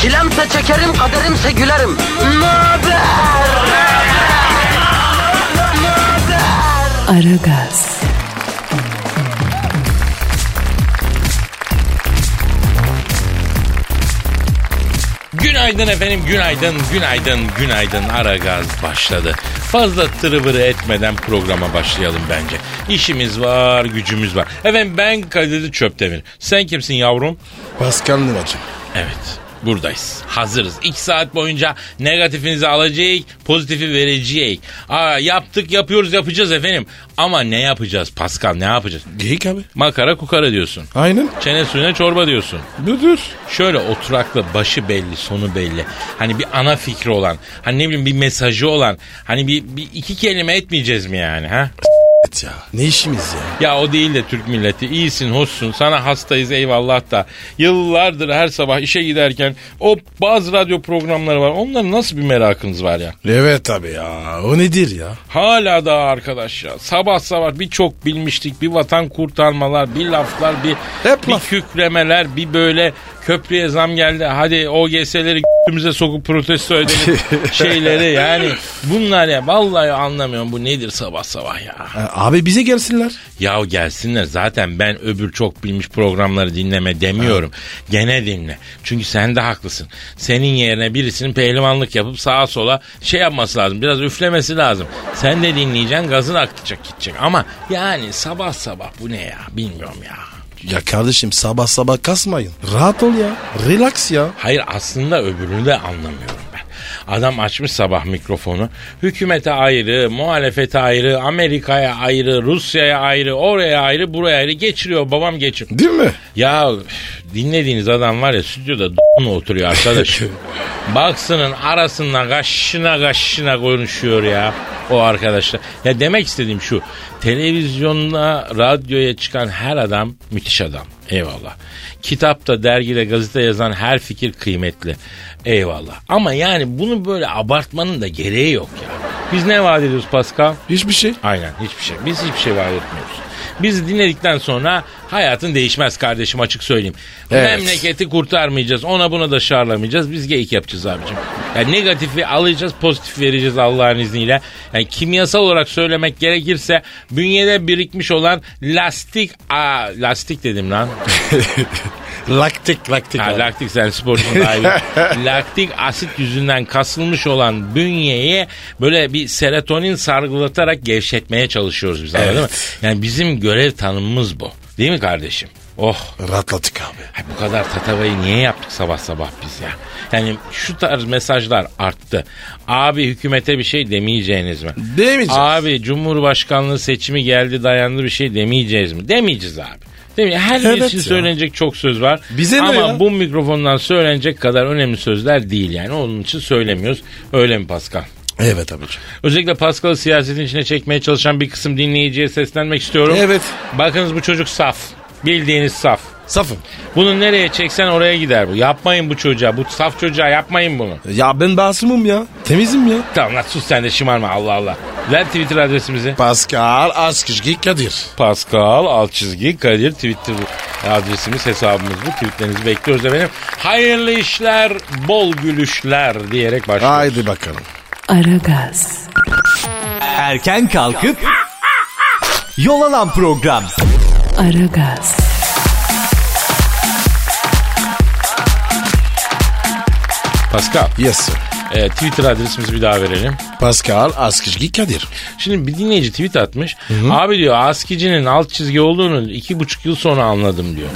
Çilemse çekerim, kaderimse gülerim. Möber! Aragaz, Günaydın efendim, günaydın, günaydın, günaydın. Ara gaz başladı. Fazla tırıvırı etmeden programa başlayalım bence. İşimiz var, gücümüz var. Efendim ben Kadir Çöptemir. Sen kimsin yavrum? Pascal Nuracı. Evet, buradayız. Hazırız. İki saat boyunca negatifinizi alacağız, pozitifi vereceğiz. Aa, yaptık, yapıyoruz, yapacağız efendim. Ama ne yapacağız Pascal, ne yapacağız? Geyik abi. Makara kukara diyorsun. Aynen. Çene suyuna çorba diyorsun. Dur. Şöyle oturaklı, başı belli, sonu belli. Hani bir ana fikri olan, hani ne bileyim bir mesajı olan, hani bir, bir iki kelime etmeyeceğiz mi yani ha? Et ya. Ne işimiz ya? Ya o değil de Türk milleti. İyisin, hoşsun, sana hastayız eyvallah da. Yıllardır her sabah işe giderken o bazı radyo programları var. Onların nasıl bir merakınız var ya? Evet abi ya. O nedir ya? Hala daha arkadaş ya. Sabah sabah birçok bilmiştik. Bir vatan kurtarmalar, bir laflar, bir, Hep bir laf. kükremeler, bir böyle köprüye zam geldi. Hadi OGS'leri g***mize sokup protesto edelim şeyleri yani. Bunlar ya vallahi anlamıyorum bu nedir sabah sabah ya. E, Abi bize gelsinler. Ya gelsinler zaten ben öbür çok bilmiş programları dinleme demiyorum. Gene dinle. Çünkü sen de haklısın. Senin yerine birisinin pehlivanlık yapıp sağa sola şey yapması lazım. Biraz üflemesi lazım. Sen de dinleyeceksin gazın akacak gidecek. Ama yani sabah sabah bu ne ya bilmiyorum ya. Ya kardeşim sabah sabah kasmayın. Rahat ol ya. Relax ya. Hayır aslında öbürünü de anlamıyorum ben. Adam açmış sabah mikrofonu. Hükümete ayrı, muhalefete ayrı, Amerika'ya ayrı, Rusya'ya ayrı, oraya ayrı, buraya ayrı geçiriyor babam geçiriyor. Değil mi? Ya üf, dinlediğiniz adam var ya stüdyoda d***na oturuyor arkadaş. Baksının arasından kaşına kaşına konuşuyor ya o arkadaşlar. Ya demek istediğim şu. Televizyonda, radyoya çıkan her adam müthiş adam. Eyvallah. Kitapta, dergide, gazete yazan her fikir kıymetli. Eyvallah. Ama yani bunu böyle abartmanın da gereği yok ya. Biz ne vaat ediyoruz Pascal? Hiçbir şey. Aynen hiçbir şey. Biz hiçbir şey vaat etmiyoruz. Biz dinledikten sonra hayatın değişmez kardeşim açık söyleyeyim. Evet. Memleketi kurtarmayacağız. Ona buna da şarlamayacağız. Biz geyik yapacağız abicim. Yani negatifi alacağız pozitif vereceğiz Allah'ın izniyle. Yani kimyasal olarak söylemek gerekirse bünyede birikmiş olan lastik... Aa, lastik dedim lan. Laktik laktik. Ha, abi. laktik sen sporcunun daha iyi. laktik asit yüzünden kasılmış olan bünyeye böyle bir serotonin sargılatarak gevşetmeye çalışıyoruz biz anladın mı? Evet. Yani bizim görev tanımımız bu. Değil mi kardeşim? Oh Rahatladık abi. Ay bu kadar tatavayı niye yaptık sabah sabah biz ya? Yani şu tarz mesajlar arttı. Abi hükümete bir şey demeyeceğiniz mi? Demeyeceğiz. Abi Cumhurbaşkanlığı seçimi geldi dayandı bir şey demeyeceğiz mi? Demeyeceğiz abi. Değil mi? Her Evet bir için ya. söylenecek çok söz var. Bize ne Ama ya? bu mikrofondan söylenecek kadar önemli sözler değil yani. Onun için söylemiyoruz. Öyle mi Pascal? Evet abicim. Özellikle Pascal'ı siyasetin içine çekmeye çalışan bir kısım dinleyiciye seslenmek istiyorum. Evet. Bakınız bu çocuk saf. Bildiğiniz saf. Safım. Bunu nereye çeksen oraya gider bu. Yapmayın bu çocuğa. Bu saf çocuğa yapmayın bunu. Ya ben basımım ya. Temizim ya. Tamam lan sus sen de şımarma Allah Allah. Ver Twitter adresimizi. Pascal Askışgi Kadir. Pascal alt çizgi Kadir Twitter adresimiz hesabımız bu. Tweetlerinizi bekliyoruz efendim. Hayırlı işler, bol gülüşler diyerek başlıyoruz. Haydi bakalım. Aragaz, Erken kalkıp yol alan program. Aragaz, Pascal Yes sir. e, Twitter adresimizi bir daha verelim. Pascal Askışgi Kadir. Şimdi bir dinleyici tweet atmış. Abi diyor askicinin alt çizgi olduğunu iki buçuk yıl sonra anladım diyor.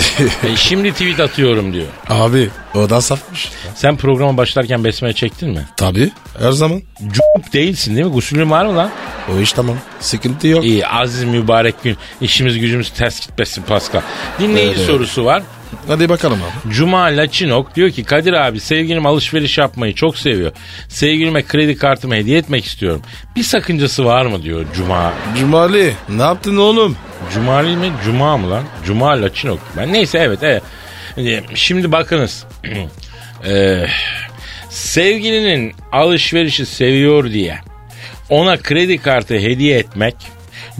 E, şimdi tweet atıyorum diyor. Abi o da safmış. Sen programa başlarken besmele çektin mi? Tabii her zaman. Cup değilsin değil mi? Gusülün var mı lan? O iş tamam. Sıkıntı yok. İyi aziz mübarek gün. İşimiz gücümüz ters gitmesin Pascal. Dinleyici Evet. sorusu var. Hadi bakalım abi. Cuma Laçinok diyor ki Kadir abi sevgilim alışveriş yapmayı çok seviyor. Sevgilime kredi kartımı hediye etmek istiyorum. Bir sakıncası var mı diyor Cuma. Cumali ne yaptın oğlum? Cumali mi? Cuma mı lan? Cuma Laçinok. Ben neyse evet evet. Ee, Şimdi bakınız. Ee, sevgilinin alışverişi seviyor diye ona kredi kartı hediye etmek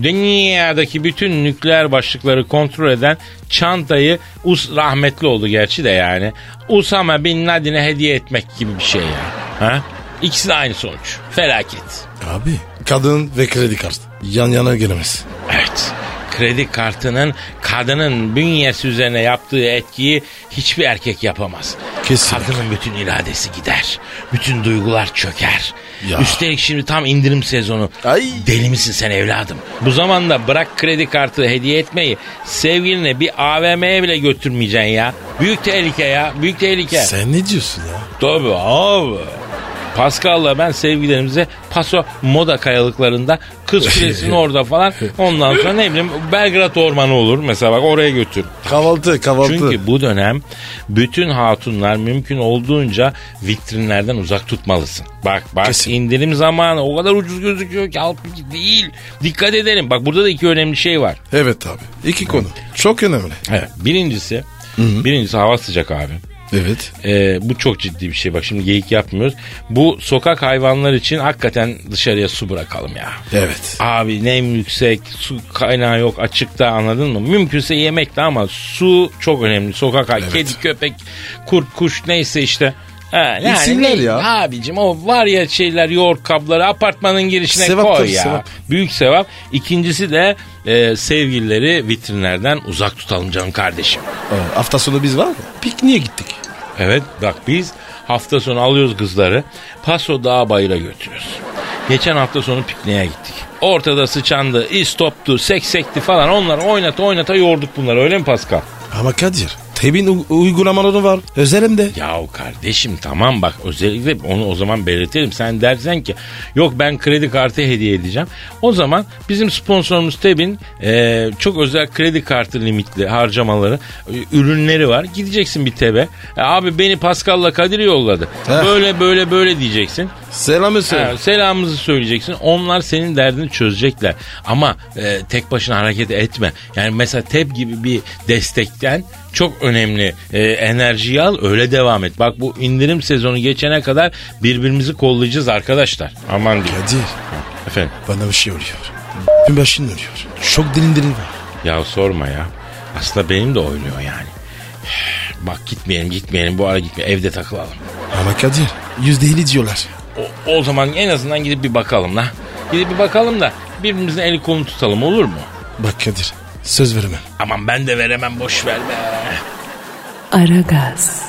dünyadaki bütün nükleer başlıkları kontrol eden çantayı Us rahmetli oldu gerçi de yani. Usama bin Laden'e hediye etmek gibi bir şey ya. Ha? İkisi de aynı sonuç. Felaket. Abi. Kadın ve kredi kartı. Yan yana gelemez. Evet. Kredi kartının kadının bünyesi üzerine yaptığı etkiyi hiçbir erkek yapamaz. Kesinlikle. Kadının bütün iradesi gider. Bütün duygular çöker. Ya. Üstelik şimdi tam indirim sezonu. Ay. Deli misin sen evladım? Bu zamanda bırak kredi kartı hediye etmeyi sevgiline bir AVM'ye bile götürmeyeceksin ya. Büyük tehlike ya. Büyük tehlike. Sen ne diyorsun ya? Tabii abi. Pascal'la ben sevgilerimize Paso Moda kayalıklarında kız kulesinin orada falan ondan sonra ne bileyim Belgrad Ormanı olur mesela bak oraya götür. Kahvaltı kahvaltı. Çünkü bu dönem bütün hatunlar mümkün olduğunca vitrinlerden uzak tutmalısın. Bak bak Kesin. indirim zamanı o kadar ucuz gözüküyor ki halbuki değil. Dikkat edelim bak burada da iki önemli şey var. Evet abi. İki konu. Çok önemli. Evet. Birincisi, birincisi hava sıcak abi. Evet. Ee, bu çok ciddi bir şey bak şimdi geyik yapmıyoruz. Bu sokak hayvanlar için hakikaten dışarıya su bırakalım ya. Evet. Abi nem yüksek, su kaynağı yok açıkta anladın mı? Mümkünse yemek de ama su çok önemli. Sokak hay- Evet. kedi, köpek, kurt, kuş neyse işte. Ha, yani İsimler ne- ya. Abicim o var ya şeyler yoğurt kabları apartmanın girişine Sevap koy tabii, ya. sevap. Büyük sevap. İkincisi de e, sevgilileri vitrinlerden uzak tutalım canım kardeşim. Ee, hafta sonu biz var mı? Pikniğe gittik. Evet bak biz hafta sonu alıyoruz kızları Paso Dağ Bayır'a götürüyoruz. Geçen hafta sonu pikniğe gittik. Ortada sıçandı, istoptu, seksekti falan onları oynata oynata yorduk bunları öyle mi Pascal? Ama Kadir. Tebin u- uygulamaları var. Özelimde. Yahu kardeşim tamam bak özellikle onu o zaman belirtelim. Sen dersen ki yok ben kredi kartı hediye edeceğim. O zaman bizim sponsorumuz Tebin e, çok özel kredi kartı limitli harcamaları e, ürünleri var. Gideceksin bir Tebe. E, abi beni Pascal'la Kadir yolladı. Heh. Böyle böyle böyle diyeceksin. Selamı söyle. Ha, selamımızı söyleyeceksin. Onlar senin derdini çözecekler. Ama e, tek başına hareket etme. Yani mesela TEP gibi bir destekten çok önemli e, enerjiyi al öyle devam et. Bak bu indirim sezonu geçene kadar birbirimizi kollayacağız arkadaşlar. Aman diyeyim. Kadir. Efendim Bana bir şey oluyor. Bir başın oluyor. Çok derin derin var. ya sorma ya. Aslında benim de oynuyor yani. Bak gitmeyelim gitmeyelim bu ara gitmeyelim evde takılalım. Ama Kadir. Yüzde elli diyorlar. O, o zaman en azından gidip bir bakalım la. Gidip bir bakalım da birbirimizin eli kolunu tutalım olur mu? Bak Kadir. Söz veremem. Aman ben de veremem boş ver be. Aragaz,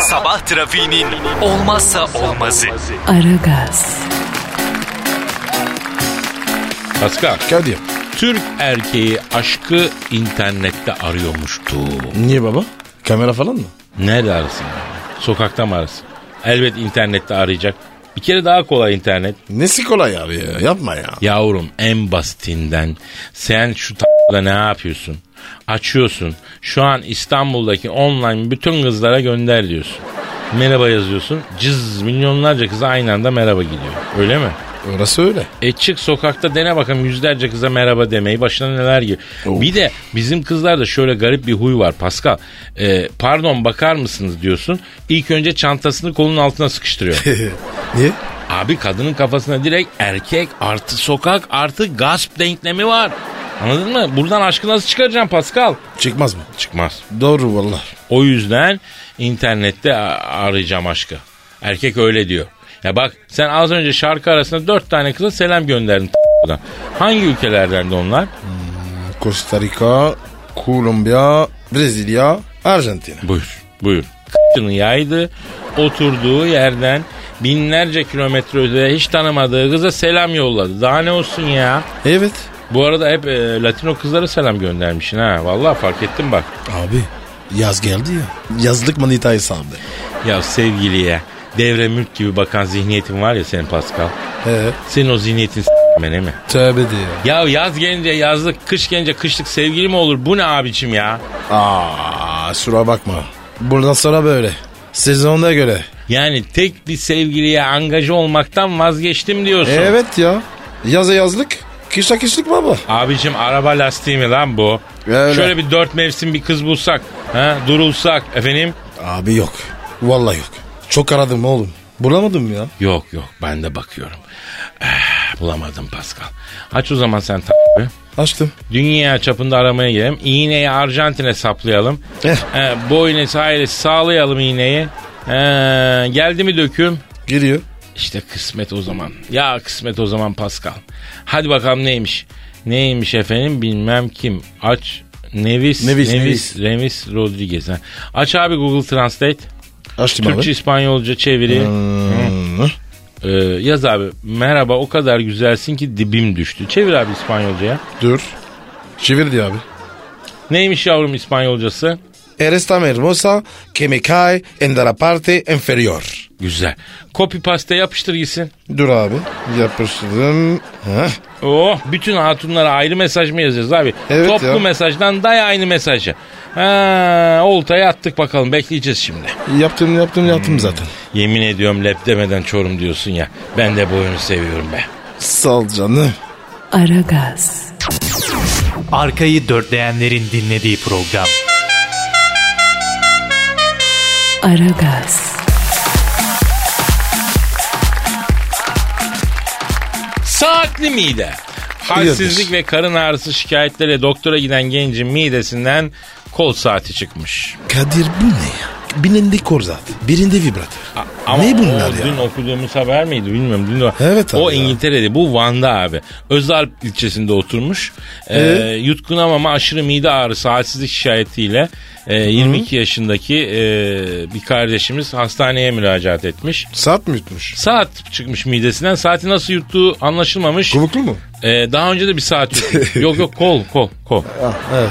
Sabah trafiğinin olmazsa olmazı. Aragaz, Pascal, Kadir. Türk erkeği aşkı internette arıyormuştu. Niye baba? Kamera falan mı? Nerede arasın? Sokakta mı arasın? Elbet internette arayacak. Bir kere daha kolay internet. Nesi kolay abi ya? Yapma ya. Yavrum en basitinden sen şu t***da ne yapıyorsun? Açıyorsun. Şu an İstanbul'daki online bütün kızlara gönder diyorsun. Merhaba yazıyorsun. Cız milyonlarca kıza aynı anda merhaba gidiyor. Öyle mi? Orası öyle. E çık sokakta dene bakalım yüzlerce kıza merhaba demeyi başına neler geliyor. Oh. Bir de bizim kızlarda şöyle garip bir huy var Pascal. E, pardon bakar mısınız diyorsun. İlk önce çantasını kolun altına sıkıştırıyor. Niye? Abi kadının kafasına direkt erkek artı sokak artı gasp denklemi var. Anladın mı? Buradan aşkı nasıl çıkaracaksın Pascal? Çıkmaz mı? Çıkmaz. Doğru valla. O yüzden internette a- arayacağım aşkı. Erkek öyle diyor. Ya bak sen az önce şarkı arasında dört tane kıza selam gönderdin. t***dan. Hangi ülkelerden de onlar? Costa Rica, Kolombiya, Brezilya, Arjantin. Buyur. Buyur. K***nı yaydı. Oturduğu yerden binlerce kilometre ötede hiç tanımadığı kıza selam yolladı. Daha ne olsun ya? Evet. Bu arada hep e, Latino kızlara selam göndermişsin ha. Vallahi fark ettim bak. Abi yaz geldi ya. Yazlık manitayı sandı. Ya sevgiliye devre mülk gibi bakan zihniyetin var ya senin Pascal. He. Senin o zihniyetin s**mene mi? Tövbe de ya. Ya yaz gelince yazlık, kış gelince kışlık sevgili mi olur? Bu ne abicim ya? Aa, Aa sura bakma. Buradan sonra böyle. Sezonda göre. Yani tek bir sevgiliye angaje olmaktan vazgeçtim diyorsun. Evet ya. Yaza yazlık. Kışa kışlık baba. Abicim araba lastiği mi lan bu? Öyle. Şöyle bir dört mevsim bir kız bulsak. Ha, durulsak efendim. Abi yok. Vallahi yok. Çok aradım oğlum. Bulamadım ya. Yok yok ben de bakıyorum. Eh, bulamadım Pascal. Aç o zaman sen tabi. Açtım. Dünya çapında aramaya gidelim. İğneyi Arjantin'e saplayalım. Eh. Eh, Boynes ailesi sağlayalım iğneyi. Eh, geldi mi döküm? Giriyor. İşte kısmet o zaman. Ya kısmet o zaman Pascal. Hadi bakalım neymiş? Neymiş efendim bilmem kim. Aç Nevis Nevis, Nevis, Nevis Rodriguez. ha. Aç abi Google Translate. Açtım Türkçe abi. İspanyolca çeviri. Hı. Ee, yaz abi merhaba o kadar güzelsin ki dibim düştü. Çevir abi İspanyolcaya. Dur. Çevir diyor abi. Neymiş yavrum İspanyolcası? Eres tan hermosa que me cae en la parte inferior. Güzel. Copy paste yapıştır gitsin. Dur abi. Yapıştırdım. Heh. Oh bütün hatunlara ayrı mesaj mı yazacağız abi? Evet Toplu ya. mesajdan day aynı mesajı. Ha, oltaya attık bakalım bekleyeceğiz şimdi. Yaptım yaptım yaptım zaten. Yemin ediyorum lep demeden çorum diyorsun ya. Ben de bu oyunu seviyorum be. Sağ ol canım. Aragaz, Arkayı dörtleyenlerin dinlediği program. Aragaz, Saatli mide. Halsizlik ve karın ağrısı şikayetleriyle doktora giden gencin midesinden kol saati çıkmış. Kadir bu ne ya? Birinde kor zaten. Birinde vibratör. ne bunlar o ya? Dün okuduğumuz haber miydi bilmiyorum. Dün o, Evet abi o ya. İngiltere'de bu Van'da abi. Özalp ilçesinde oturmuş. Ee, yutkunamama aşırı mide ağrısı halsizlik şikayetiyle e, 22 yaşındaki e, bir kardeşimiz hastaneye müracaat etmiş. Saat mi yutmuş? Saat çıkmış midesinden. Saati nasıl yuttuğu anlaşılmamış. Kovuklu mu? Ee, daha önce de bir saat yutmuş. yok yok kol kol kol. Ah, Evet.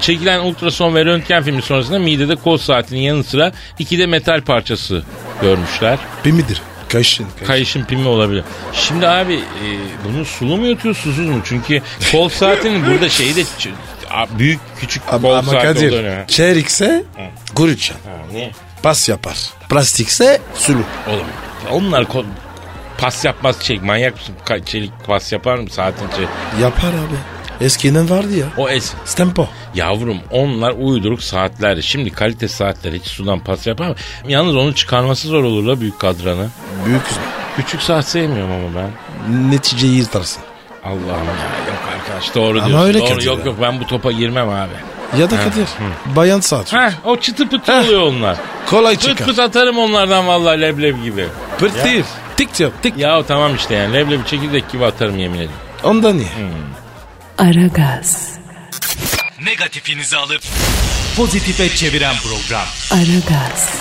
Çekilen ultrason ve röntgen filmi sonrasında midede kol saatinin yanı sıra iki de metal parçası görmüşler. Bir midir? Kayışın. Kayışın pimi olabilir. Şimdi abi e, bunu sulu mu yutuyor susuz mu? Çünkü kol saatinin burada şeyi de ç- a- büyük küçük Ama, kol ama saati Kadir. oluyor. Çeyrikse guruçan. Ha, ne? Pas yapar. Plastikse sulu. Oğlum onlar kol- pas yapmaz çelik manyak mısın? Ka- çelik pas yapar mı saatin çelik? Yapar abi. Eskiden vardı ya. O es Stempo. Yavrum onlar uyduruk saatlerdi. Şimdi kalite saatler hiç sudan pas yapar mı? Yalnız onu çıkarması zor olur la büyük kadranı. Büyük Küçük saat sevmiyorum ama ben. neticeyi yırtarsın. Allah'ım ya yok arkadaş doğru Ama diyorsun. öyle doğru, Kadir yok ya. yok ben bu topa girmem abi. Ya da Kadir. Bayan saat. Heh o çıtı pıtı oluyor onlar. Kolay Pıt çıkar. pıt atarım onlardan vallahi leblebi gibi. Pırt değil. Tik yap. Tik. Yahu tamam işte yani leblebi çekirdek gibi atarım yemin ederim. Ondan iyi. Aragaz, Negatifinizi alıp pozitife çeviren program. Aragaz,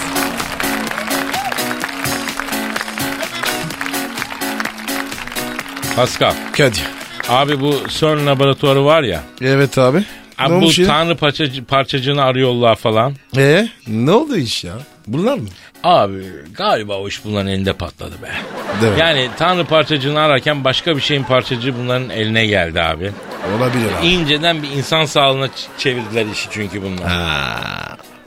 Pascal Kadir. abi bu CERN laboratuvarı var ya. Evet abi. Abi ne bu olmuş ya? tanrı parçacı, parçacığını arıyorlar falan. Ee, ne oldu iş ya? Bunlar mı? Abi galiba o iş bunların elinde patladı be. Değil mi? Yani tanrı parçacığını ararken başka bir şeyin parçacığı bunların eline geldi abi. Olabilir abi. İnceden bir insan sağlığına ç- çevirdiler işi çünkü bunlar.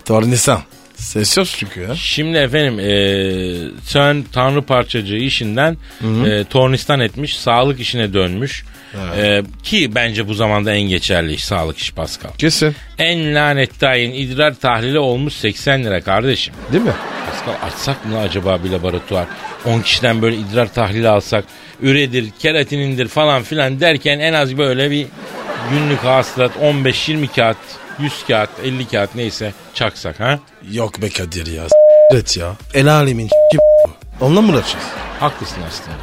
Tornisan. Ses yok çünkü ya. Şimdi efendim eee sen tanrı parçacığı işinden eee, tornistan etmiş, sağlık işine dönmüş. Eee, ki bence bu zamanda en geçerli iş sağlık işi Pascal. Kesin. En lanet tayin idrar tahlili olmuş 80 lira kardeşim. Değil mi? Pascal açsak mı acaba bir laboratuvar? 10 kişiden böyle idrar tahlili alsak, üredir, keratinindir falan filan derken en az böyle bir günlük hasılat 15-20 kağıt, 100 kağıt, 50 kağıt neyse çaksak ha? Yok be Kadir ya. S- Evet ya. El alemin s- bu. Onunla mı uğraşacağız? Haklısın aslında.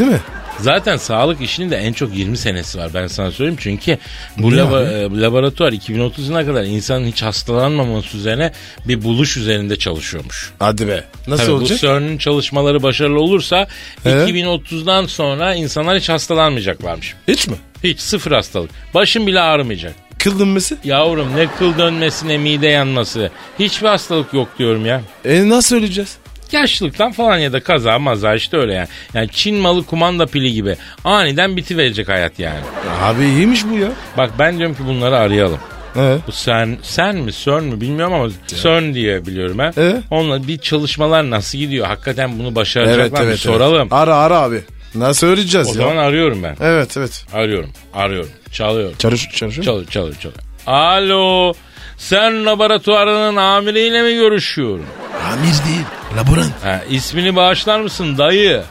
Değil mi? Zaten sağlık işinin de en çok 20 senesi var ben sana söyleyeyim. Çünkü bu Niye laba- abi? e, bu laboratuvar 2030 yılına kadar insanın hiç hastalanmaması üzerine bir buluş üzerinde çalışıyormuş. Hadi be. Nasıl Tabii olacak? Bu CERN'ün çalışmaları başarılı olursa He? 2030'dan sonra insanlar hiç hastalanmayacaklarmış. Hiç mi? Hiç sıfır hastalık. Başın bile ağrımayacak. Kıl dönmesi? Yavrum ne kıl dönmesi ne mide yanması. Hiçbir hastalık yok diyorum ya. E nasıl öleceğiz? Yaşlılıktan falan ya da kaza maza işte öyle yani. Yani Çin malı kumanda pili gibi. Aniden bitiverecek hayat yani. Abi iyiymiş bu ya. Bak ben diyorum ki bunları arayalım. Ee? Bu sen sen mi Sön mü bilmiyorum ama Sön diye biliyorum ben. Ee? Onunla bir çalışmalar nasıl gidiyor? Hakikaten bunu başaracaklar mı? Soralım. Ara ara abi. Nasıl O öğreneceğiz ya? zaman arıyorum ben. Evet evet. Arıyorum, arıyorum. Çalıyorum. Çalış çalış. Çalıyor, çalıyor, çalıyor. Alo. Sen laboratuvarının amiriyle mi görüşüyorum? Amir değil. Laborant. Ha, ismini bağışlar mısın dayı?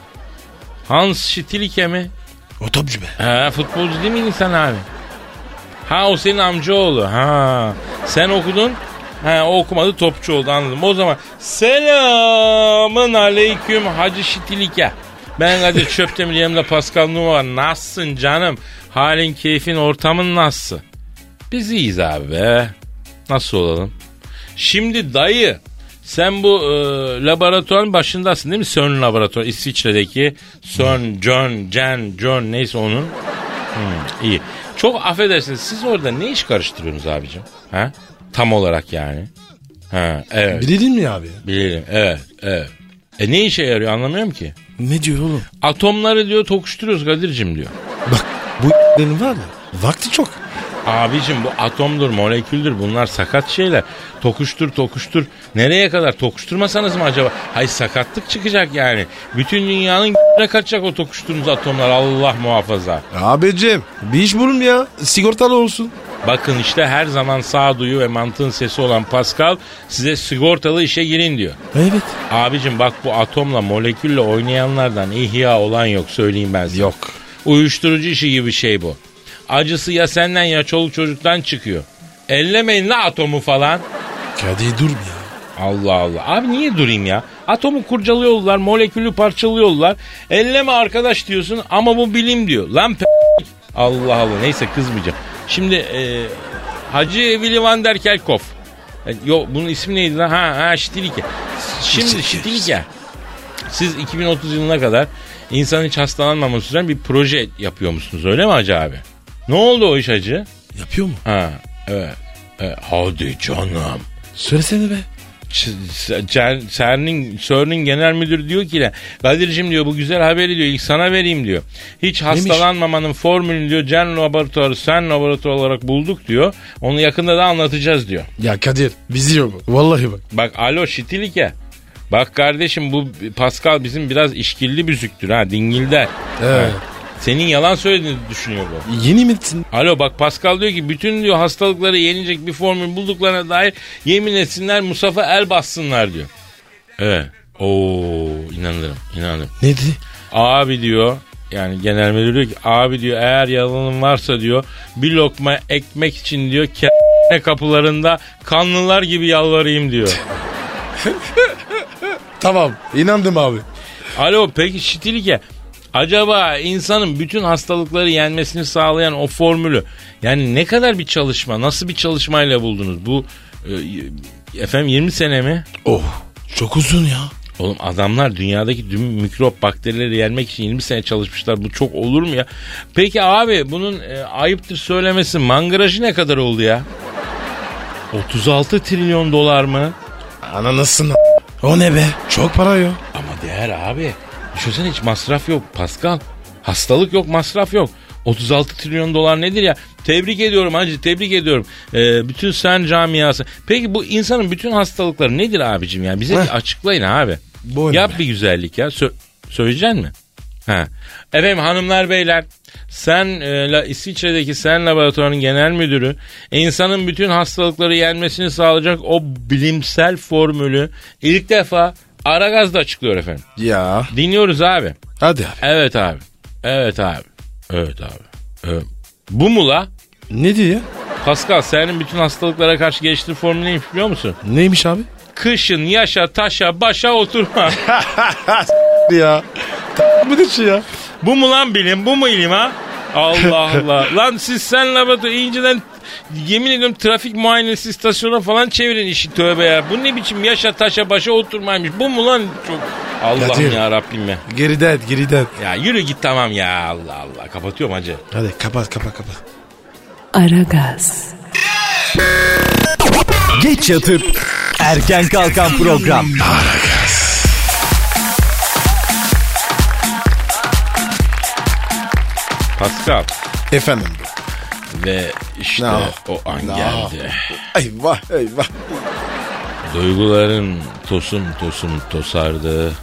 Hans Şitilike mi? Otobüs be. Ha, futbolcu değil miydin sen abi? Ha o senin amcaoğlu. Ha. Sen okudun. Ha o okumadı topçu oldu anladım. O zaman selamın aleyküm Hacı Şitilike. Ben Kadir Çöptemir yanımda Pascal Numa. Nasılsın canım? Halin, keyfin, ortamın nasıl? Biz iyiyiz abi be. Nasıl olalım? Şimdi dayı sen bu e, laboratuvarın başındasın değil mi? CERN laboratuvarı İsviçre'deki CERN, CERN, CERN, CERN neyse onun. Hmm, iyi. Çok affedersiniz siz orada ne iş karıştırıyorsunuz abicim? Ha? Tam olarak yani. Ha, evet Bilirdim mi abi? bilirim evet evet. E ne işe yarıyor anlamıyorum ki. Ne diyor oğlum? Atomları diyor tokuşturuyoruz Kadir'cim diyor. Bak bu benim var ya. Vakti çok. Abicim bu atomdur, moleküldür bunlar sakat şeyler. Tokuştur, tokuştur. Nereye kadar tokuşturmasanız mı acaba? Hay sakatlık çıkacak yani. Bütün dünyanın ne kaçacak o tokuşturduğunuz atomlar Allah muhafaza. Abicim bir iş bulun ya. Sigortalı olsun. Bakın işte her zaman sağduyu ve mantığın sesi olan Pascal size sigortalı işe girin diyor. Evet. Abicim bak bu atomla molekülle oynayanlardan ihya olan yok söyleyeyim ben size. Yok. Uyuşturucu işi gibi şey bu. Acısı ya senden ya çoluk çocuktan çıkıyor. Ellemeyin la atomu falan. Kadir dur ya. Allah Allah. Abi niye durayım ya? Atomu kurcalıyorlar, molekülü parçalıyorlar. Elleme arkadaş diyorsun ama bu bilim diyor. Lan p- Allah Allah neyse kızmayacağım. Şimdi e, Hacı Willy van der Kerkhoff. E, yo, bunun ismi neydi lan? Ha, ha Şitilike. Şimdi Şitilike. Siz 2030 yılına kadar insanın hiç hastalanmaması süren bir proje yapıyor musunuz öyle mi Hacı abi? Ne oldu o iş Hacı? Yapıyor mu? Ha, evet. E, hadi canım. Söylesene be. CERN'in CERN'in genel müdürü diyor ki Kadir'cim diyor bu güzel haberi diyor ilk sana vereyim diyor. Hiç hastalanmamanın formülünü diyor CERN laboratuvarı CERN laboratuvarı olarak bulduk diyor. Onu yakında da anlatacağız diyor. Ya Kadir bizi yok. Vallahi bak. Bak alo şitilike. Bak kardeşim bu Pascal bizim biraz işkilli büzüktür ha dingilde. Evet. Senin yalan söylediğini düşünüyor bu. Yeni misin? Alo bak Pascal diyor ki bütün diyor hastalıkları yenecek bir formül bulduklarına dair yemin etsinler Musaf'a el bassınlar diyor. Evet. Oo inanırım inanırım. Ne dedi? Abi diyor yani genel müdür diyor ki abi diyor eğer yalanın varsa diyor bir lokma ekmek için diyor k- kapılarında kanlılar gibi yalvarayım diyor. Tamam inandım abi. Alo peki Şitilike acaba insanın bütün hastalıkları yenmesini sağlayan o formülü yani ne kadar bir çalışma nasıl bir çalışmayla buldunuz bu e, y- efendim 20 sene mi? Oh çok uzun ya. Oğlum adamlar dünyadaki tüm mikrop bakterileri yenmek için 20 sene çalışmışlar. Bu çok olur mu ya? Peki abi bunun e, ayıptır söylemesi mangarajı ne kadar oldu ya? 36 trilyon dolar mı? Ananasını. O ne be? Çok para ya. Ama değer abi. Düşünsene hiç masraf yok Pascal. Hastalık yok masraf yok. 36 trilyon dolar nedir ya? Tebrik ediyorum hacı tebrik ediyorum. Ee, bütün sen camiası. Peki bu insanın bütün hastalıkları nedir abicim ya? Bize bir açıklayın abi. Bu önemli. Yap bir güzellik ya. Sö- söyleyeceksin mi? Ha. Efendim hanımlar beyler sen e, la, İsviçre'deki sen laboratuvarının genel müdürü insanın bütün hastalıkları yenmesini sağlayacak o bilimsel formülü ilk defa Aragaz'da açıklıyor efendim. Ya. Dinliyoruz abi. Hadi abi. Evet abi. Evet abi. Evet abi. Evet. Bu mu la? Ne diyor ya? Pascal senin bütün hastalıklara karşı geliştirdiği formülü neymiş biliyor musun? Neymiş abi? Kışın yaşa taşa başa oturma. Ya. Bu ne şey ya? Bu mu lan bilim? Bu mu ilim ha? Allah Allah. lan siz sen laboratuvar inceden yemin ediyorum trafik muayenesi istasyonuna falan çevirin işi tövbe ya. Bu ne biçim yaşa taşa başa oturmaymış. Bu mu lan çok Allah'ım Kadir. ya Rabbim ya. Geriden geriden. Ya yürü git tamam ya Allah Allah. Kapatıyorum hacı. Hadi kapat kapat kapat. Aragaz, Geç yatıp erken kalkan program. Pascal Efendim. Ve işte No. o an No. geldi. Eyvah eyvah. Duyguların tosum tosum tosardı.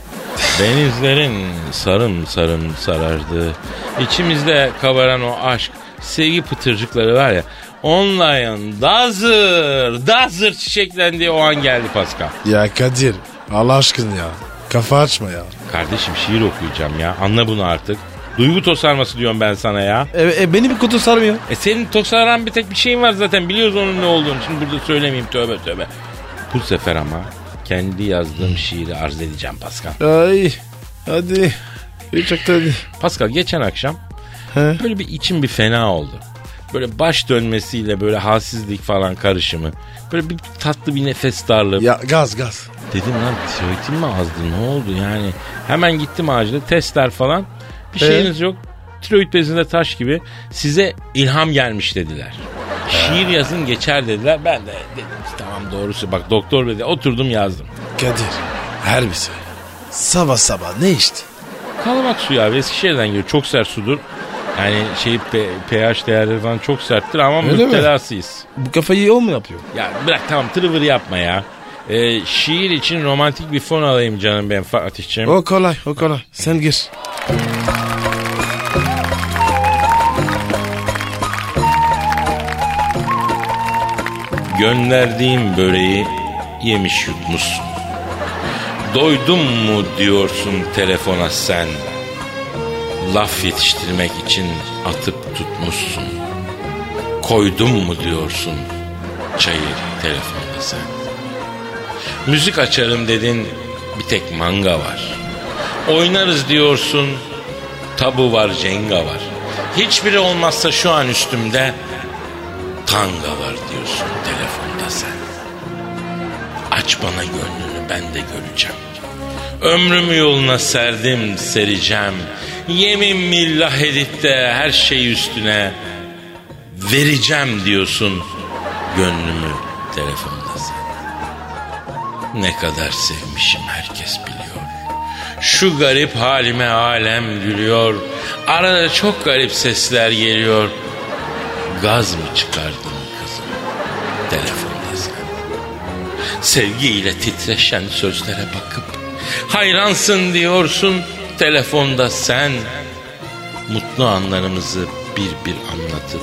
Denizlerin sarım sarım sarardı. İçimizde kabaran o aşk, sevgi pıtırcıkları var ya. Onların dazır, dazır çiçeklendiği o an geldi Pascal. Ya Kadir Allah aşkına ya. Kafa açma ya. Kardeşim şiir okuyacağım ya. Anla bunu artık. Duygu tosarması diyorum ben sana ya. E, e, beni bir kutu sarmıyor. E senin tosaran bir tek bir şeyin var zaten. Biliyoruz onun ne olduğunu. Şimdi burada söylemeyeyim tövbe tövbe. Bu sefer ama kendi yazdığım şiiri arz edeceğim Pascal. Ay hadi. Uçak hadi. Pascal geçen akşam He. böyle bir içim bir fena oldu. Böyle baş dönmesiyle böyle halsizlik falan karışımı. Böyle bir tatlı bir nefes darlığı. Ya gaz gaz. Dedim lan tiroidim mi azdı ne oldu yani. Hemen gittim acile testler falan. Bir şeyiniz yok. Tiroid bezinde taş gibi size ilham gelmiş dediler. Şiir yazın geçer dediler. Ben de dedim ki tamam doğrusu bak doktor dedi oturdum yazdım. Kadir her bir şey. Sabah sabah ne içti? Kalamak suyu abi Eskişehir'den geliyor. Çok sert sudur. Yani şey P- pH değerleri falan çok serttir ama Öyle mi? müptelasıyız. Bu kafayı o mu yapıyor? Ya bırak tamam tırıvır yapma ya. Ee, şiir için romantik bir fon alayım canım ben Fatih'ciğim. O kolay o kolay. Sen gir. Gönderdiğim böreği yemiş yutmuşsun. Doydum mu diyorsun telefona sen. Laf yetiştirmek için atıp tutmuşsun. Koydum mu diyorsun çayı telefonda sen. Müzik açarım dedin bir tek manga var. Oynarız diyorsun tabu var cenga var. Hiçbiri olmazsa şu an üstümde Tanga var diyorsun telefonda sen. Aç bana gönlünü ben de göreceğim. Ömrümü yoluna serdim sereceğim. Yemin millah edip de her şey üstüne vereceğim diyorsun gönlümü telefonda sen. Ne kadar sevmişim herkes biliyor. Şu garip halime alem gülüyor. Arada çok garip sesler geliyor. Gaz mı çıkardın kızım? Telefonda sen. Sevgiyle titreşen sözlere bakıp hayransın diyorsun telefonda sen. Mutlu anlarımızı bir bir anlatıp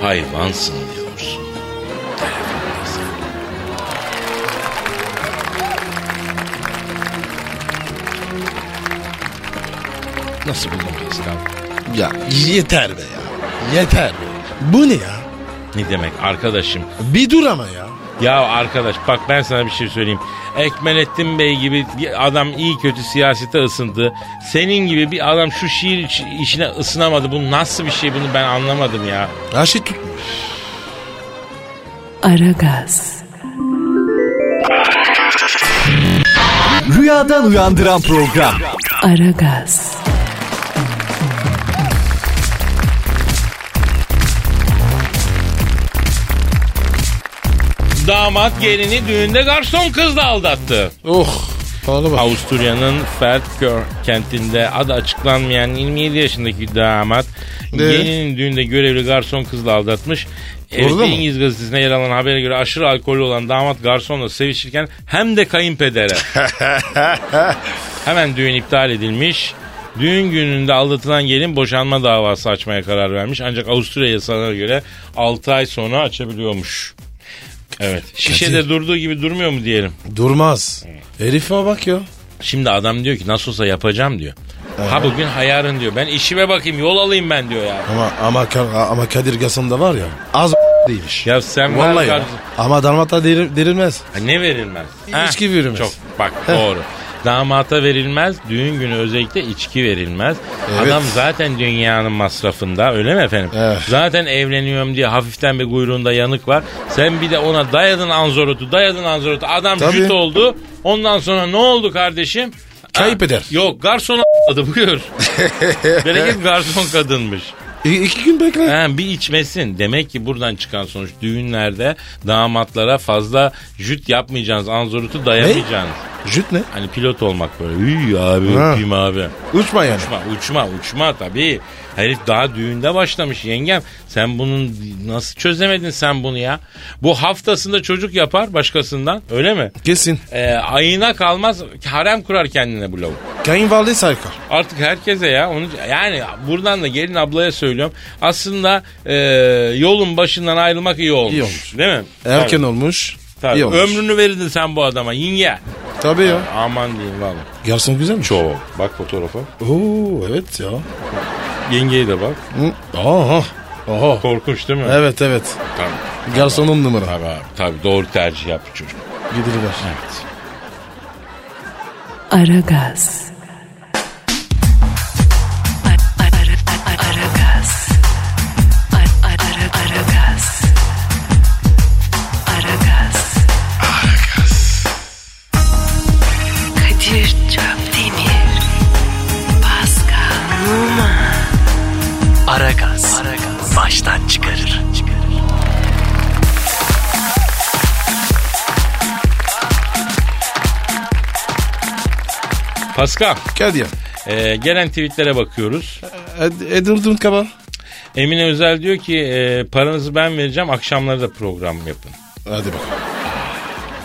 hayvansın diyorsun. telefonda sen. Nasıl buldun Pascal? Ya yeter be ya. Yeter be. Bu ne ya? Ne demek arkadaşım? Bir dur ama ya. Ya arkadaş bak ben sana bir şey söyleyeyim. Ekmelettin Bey gibi adam iyi kötü siyasete ısındı. Senin gibi bir adam şu şiir iç- işine ısınamadı. Bu nasıl bir şey bunu ben anlamadım ya. Her şey tutmuş. Aragaz, Rüyadan uyandıran program. Aragaz, Damat gelini düğünde garson kızla aldattı. Oh. Pahalı bak. Avusturya'nın Feldkör kentinde adı açıklanmayan 27 yaşındaki damat Ne? gelinin düğünde görevli garson kızla aldatmış. Evet, Orada mı? İngiliz gazetesine yer alan habere göre aşırı alkollü olan damat garsonla sevişirken hem de kayınpedere. Hemen düğün iptal edilmiş. Düğün gününde aldatılan gelin boşanma davası açmaya karar vermiş. Ancak Avusturya yasalarına göre 6 ay sonra açabiliyormuş. Evet. Şişede durduğu gibi durmuyor mu diyelim. Durmaz. Herife bak ya. Şimdi adam diyor ki nasıl olsa yapacağım diyor. Ha bugün ha yarın diyor. Ben işime bakayım yol alayım ben diyor ya. Ama ama Ka- ama Kadir Gasam da var ya. Az değilmiş. Ya sen var Vallahi ya. kardeşim. Ama dalmata deri- derilmez. Ha, ne verilmez? Ha, İçki verilmez. Çok bak doğru. Damata verilmez, düğün günü özellikle içki verilmez. Evet. Adam zaten dünyanın masrafında öyle mi efendim? Evet. Zaten evleniyorum diye hafiften bir kuyruğunda yanık var. Sen bir de ona dayadın anzorotu, dayadın anzorotu. Adam Tabii. jüt oldu. Ondan sonra ne oldu kardeşim? Kayıp Ha, eder. Yok garson a**ladı buyur. Bereket garson kadınmış. iki gün bekle. Ha, bir içmesin. Demek ki buradan çıkan sonuç düğünlerde damatlara fazla jüt yapmayacağınız, anzorutu dayamayacaksınız. Jüt ne? Hani pilot olmak böyle. Üy abi Ha. öpeyim abi. Uçma yani. Uçma uçma uçma tabii. Herif daha düğünde başlamış yengem. Sen bunun nasıl çözemedin sen bunu ya? Bu haftasında çocuk yapar başkasından öyle mi? Kesin. Ee, ayına kalmaz harem kurar kendine bu lavuk. Kayınvalide sarkar. Artık herkese ya onu yani buradan da gelin ablaya söylüyorum. Aslında e, yolun başından ayrılmak iyi olmuş. İyi olmuş. Değil mi? Erken olmuş. Tabii. iyi olmuş. Ömrünü verirdin sen bu adama yenge. Tabii ya. Aman diyeyim valla. Garson güzel mi? Çok. Bak fotoğrafa. Oo evet ya. Yengeye de bak. Hı. Aha. Aha. Korkunç değil mi? Evet evet. Tabii. Garsonun numara. Tabii abi, tabii doğru tercih yaptı çocuk. Gidilir. Aragaz. Ara- ara- ara- Aragaz. Ara- ara- Aragaz. Aragaz. Kadir Çöptemir. Pascal Numa. Aragaz. Baştan çıkarır. Pascal, Kadir. e, gelen tweetlere bakıyoruz. Ed Edildin kaba. Emine Özel diyor ki e, paranızı ben vereceğim akşamları da program yapın. Hadi bak.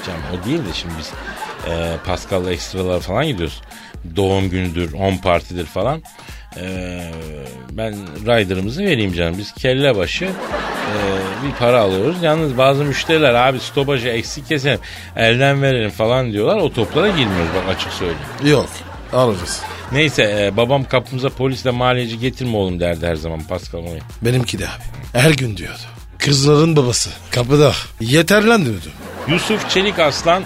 Canım, o değil de şimdi biz e, Pascal'la ekstralara falan gidiyoruz. Doğum günüdür, on partidir falan. E, ben rider'ımızı vereyim canım. Biz kelle başı e, bir para alıyoruz. Yalnız bazı müşteriler abi stopajı eksik keselim, elden verelim falan diyorlar. O toplara girmiyoruz bak açık söyleyeyim. Yok. Alırız. Neyse e, babam kapımıza polisle maliyeci getirme oğlum derdi her zaman Pascal onu. Benimki de abi. Her gün diyordu. Kızların babası. Kapıda. Yeter lan diyordu. Yusuf Çelik Aslan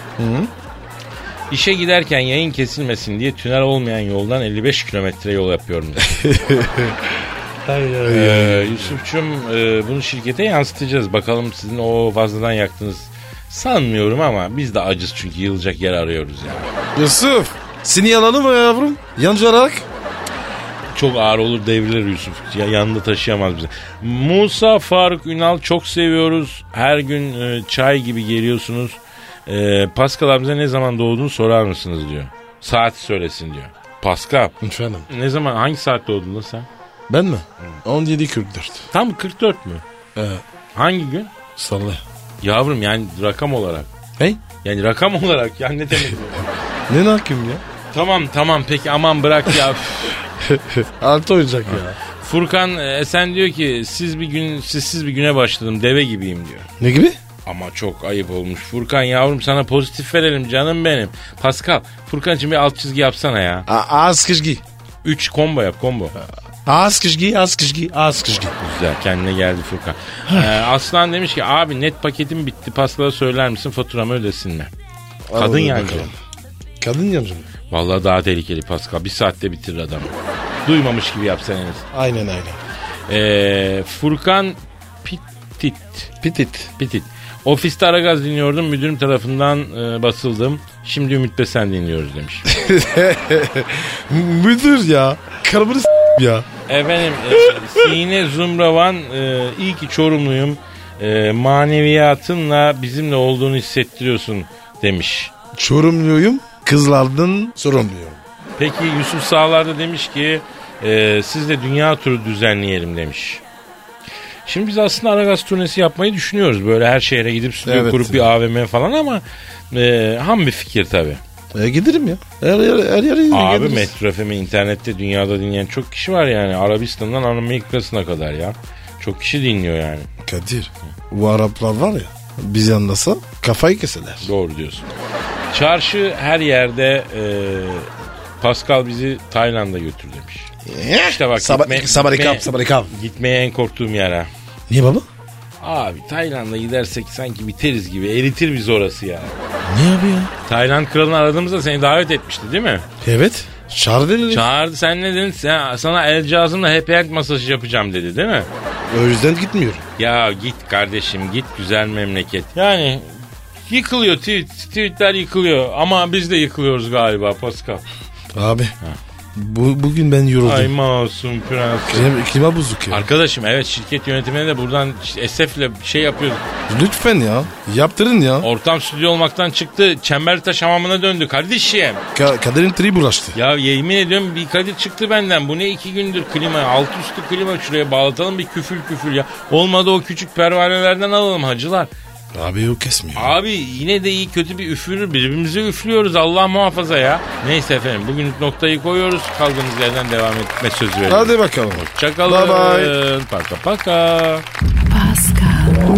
işe giderken yayın kesilmesin diye tünel olmayan yoldan 55 kilometre yol yapıyorum dedi. ee, Yusuf'cum e, bunu şirkete yansıtacağız. Bakalım sizin o fazladan yaktınız. Sanmıyorum ama biz de acız çünkü yılacak yer arıyoruz ya. Yusuf. Seni yalanı mı yavrum? Yancı olarak. Çok ağır olur devrilir Yusuf. Ya, yanında taşıyamaz bizi. Musa Faruk Ünal çok seviyoruz. Her gün e, çay gibi geliyorsunuz. E, Pascal abimize ne zaman doğduğunu sorar mısınız diyor. Saati söylesin diyor. Pascal Efendim. ne zaman hangi saatte doğdun lan sen? Ben mi? 17.44. Tam 44 mü? Ee, Hangi gün? salla. Yavrum yani rakam olarak. Hey? Yani rakam olarak yani ne demek? Ne nakim ya? tamam tamam peki aman bırak ya. Altı oyuncak ya. Furkan e, sen diyor ki siz bir gün sizsiz bir güne başladım deve gibiyim diyor. Ne gibi? Ama çok ayıp olmuş. Furkan yavrum sana pozitif verelim canım benim. Pascal Furkan için bir alt çizgi yapsana ya. A ağız kışkı. 3 combo yap combo. Ağız kışkı, ağız kışkı, ağız kışkı. Güzel kendine geldi Furkan. Ee, Aslan demiş ki abi net paketim bitti Pascal'a söyler misin faturamı ödesin mi? Kadın bakalım. yancı. Kadın yancı mı? Vallahi daha tehlikeli Pascal. Bir saatte bitirir adamı. Duymamış gibi yapsan en az. Aynen aynen. Ee, Furkan Pitit. Pitit. Pitit. Ofiste Aragaz dinliyordum. Müdürüm tarafından e, basıldım. Şimdi Ümit Besen dinliyoruz demiş. Müdür ya. Karımını s- ya. Efendim e, Sine Zumravan e, iyi ki Çorumluyum. E, maneviyatınla bizimle olduğunu hissettiriyorsun demiş. Çorumluyum. Kızlardan sorumluyum. Peki Yusuf Sağlar da demiş ki e, siz de dünya turu düzenleyelim demiş. Şimdi biz aslında Aragaz turnesi yapmayı düşünüyoruz. Böyle her şehre gidip stüdyo Evet. kurup bir AVM falan ama e, ham bir fikir tabii. E, giderim ya. Her yer her yer Abi gideriz. Metro FM internette dünyada dinleyen çok kişi var yani. Arabistan'dan Amerika'sına kadar ya. Çok kişi dinliyor yani. Kadir. Bu Araplar var ya. Bizi anlasa kafayı keserler. Doğru diyorsun. Çarşı her yerde e, Pascal bizi Tayland'a götür demiş. İşte bak gitme- gitme- Gitmeye en korktuğum yer ha. Niye baba? Abi Tayland'a gidersek sanki biteriz gibi eritir biz orası ya. Niye abi ya? Tayland kralını aradığımızda seni davet etmişti değil mi? Evet. Çağırdı dedi. Çağırdı sen ne dedin? Sen- sana el cazımla happy end masajı yapacağım dedi değil mi? O yüzden gitmiyorum. Ya git kardeşim git güzel memleket. Yani yıkılıyor tweet, tweetler yıkılıyor ama biz de yıkılıyoruz galiba Pascal. Abi. Bu, bugün ben yoruldum. Ay masum prenses. Klima, klima bozuk ya. Arkadaşım evet şirket yönetimine de buradan esefle şey yapıyoruz. Lütfen ya. Yaptırın ya. Ortam stüdyo olmaktan çıktı. Çembertaş hamamına döndü kardeşim. Ka- Kadir'in tri bulaştı. Ya yemin ediyorum bir Kadir çıktı benden. Bu ne iki gündür klima. Alt üstü klima şuraya bağlatalım bir küfül küfül ya. Olmadı o küçük pervanelerden alalım hacılar. Abi o kesmiyor. Abi yine de iyi kötü bir üfürür. Birbirimize üflüyoruz Allah muhafaza ya. Neyse efendim bugünlük noktayı koyuyoruz. Kaldığımız yerden devam etme sözü veriyoruz. Hadi bakalım. Hoşçakalın. Bye bye. Paka paka. Pascal,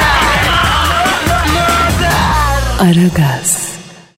Aragaz.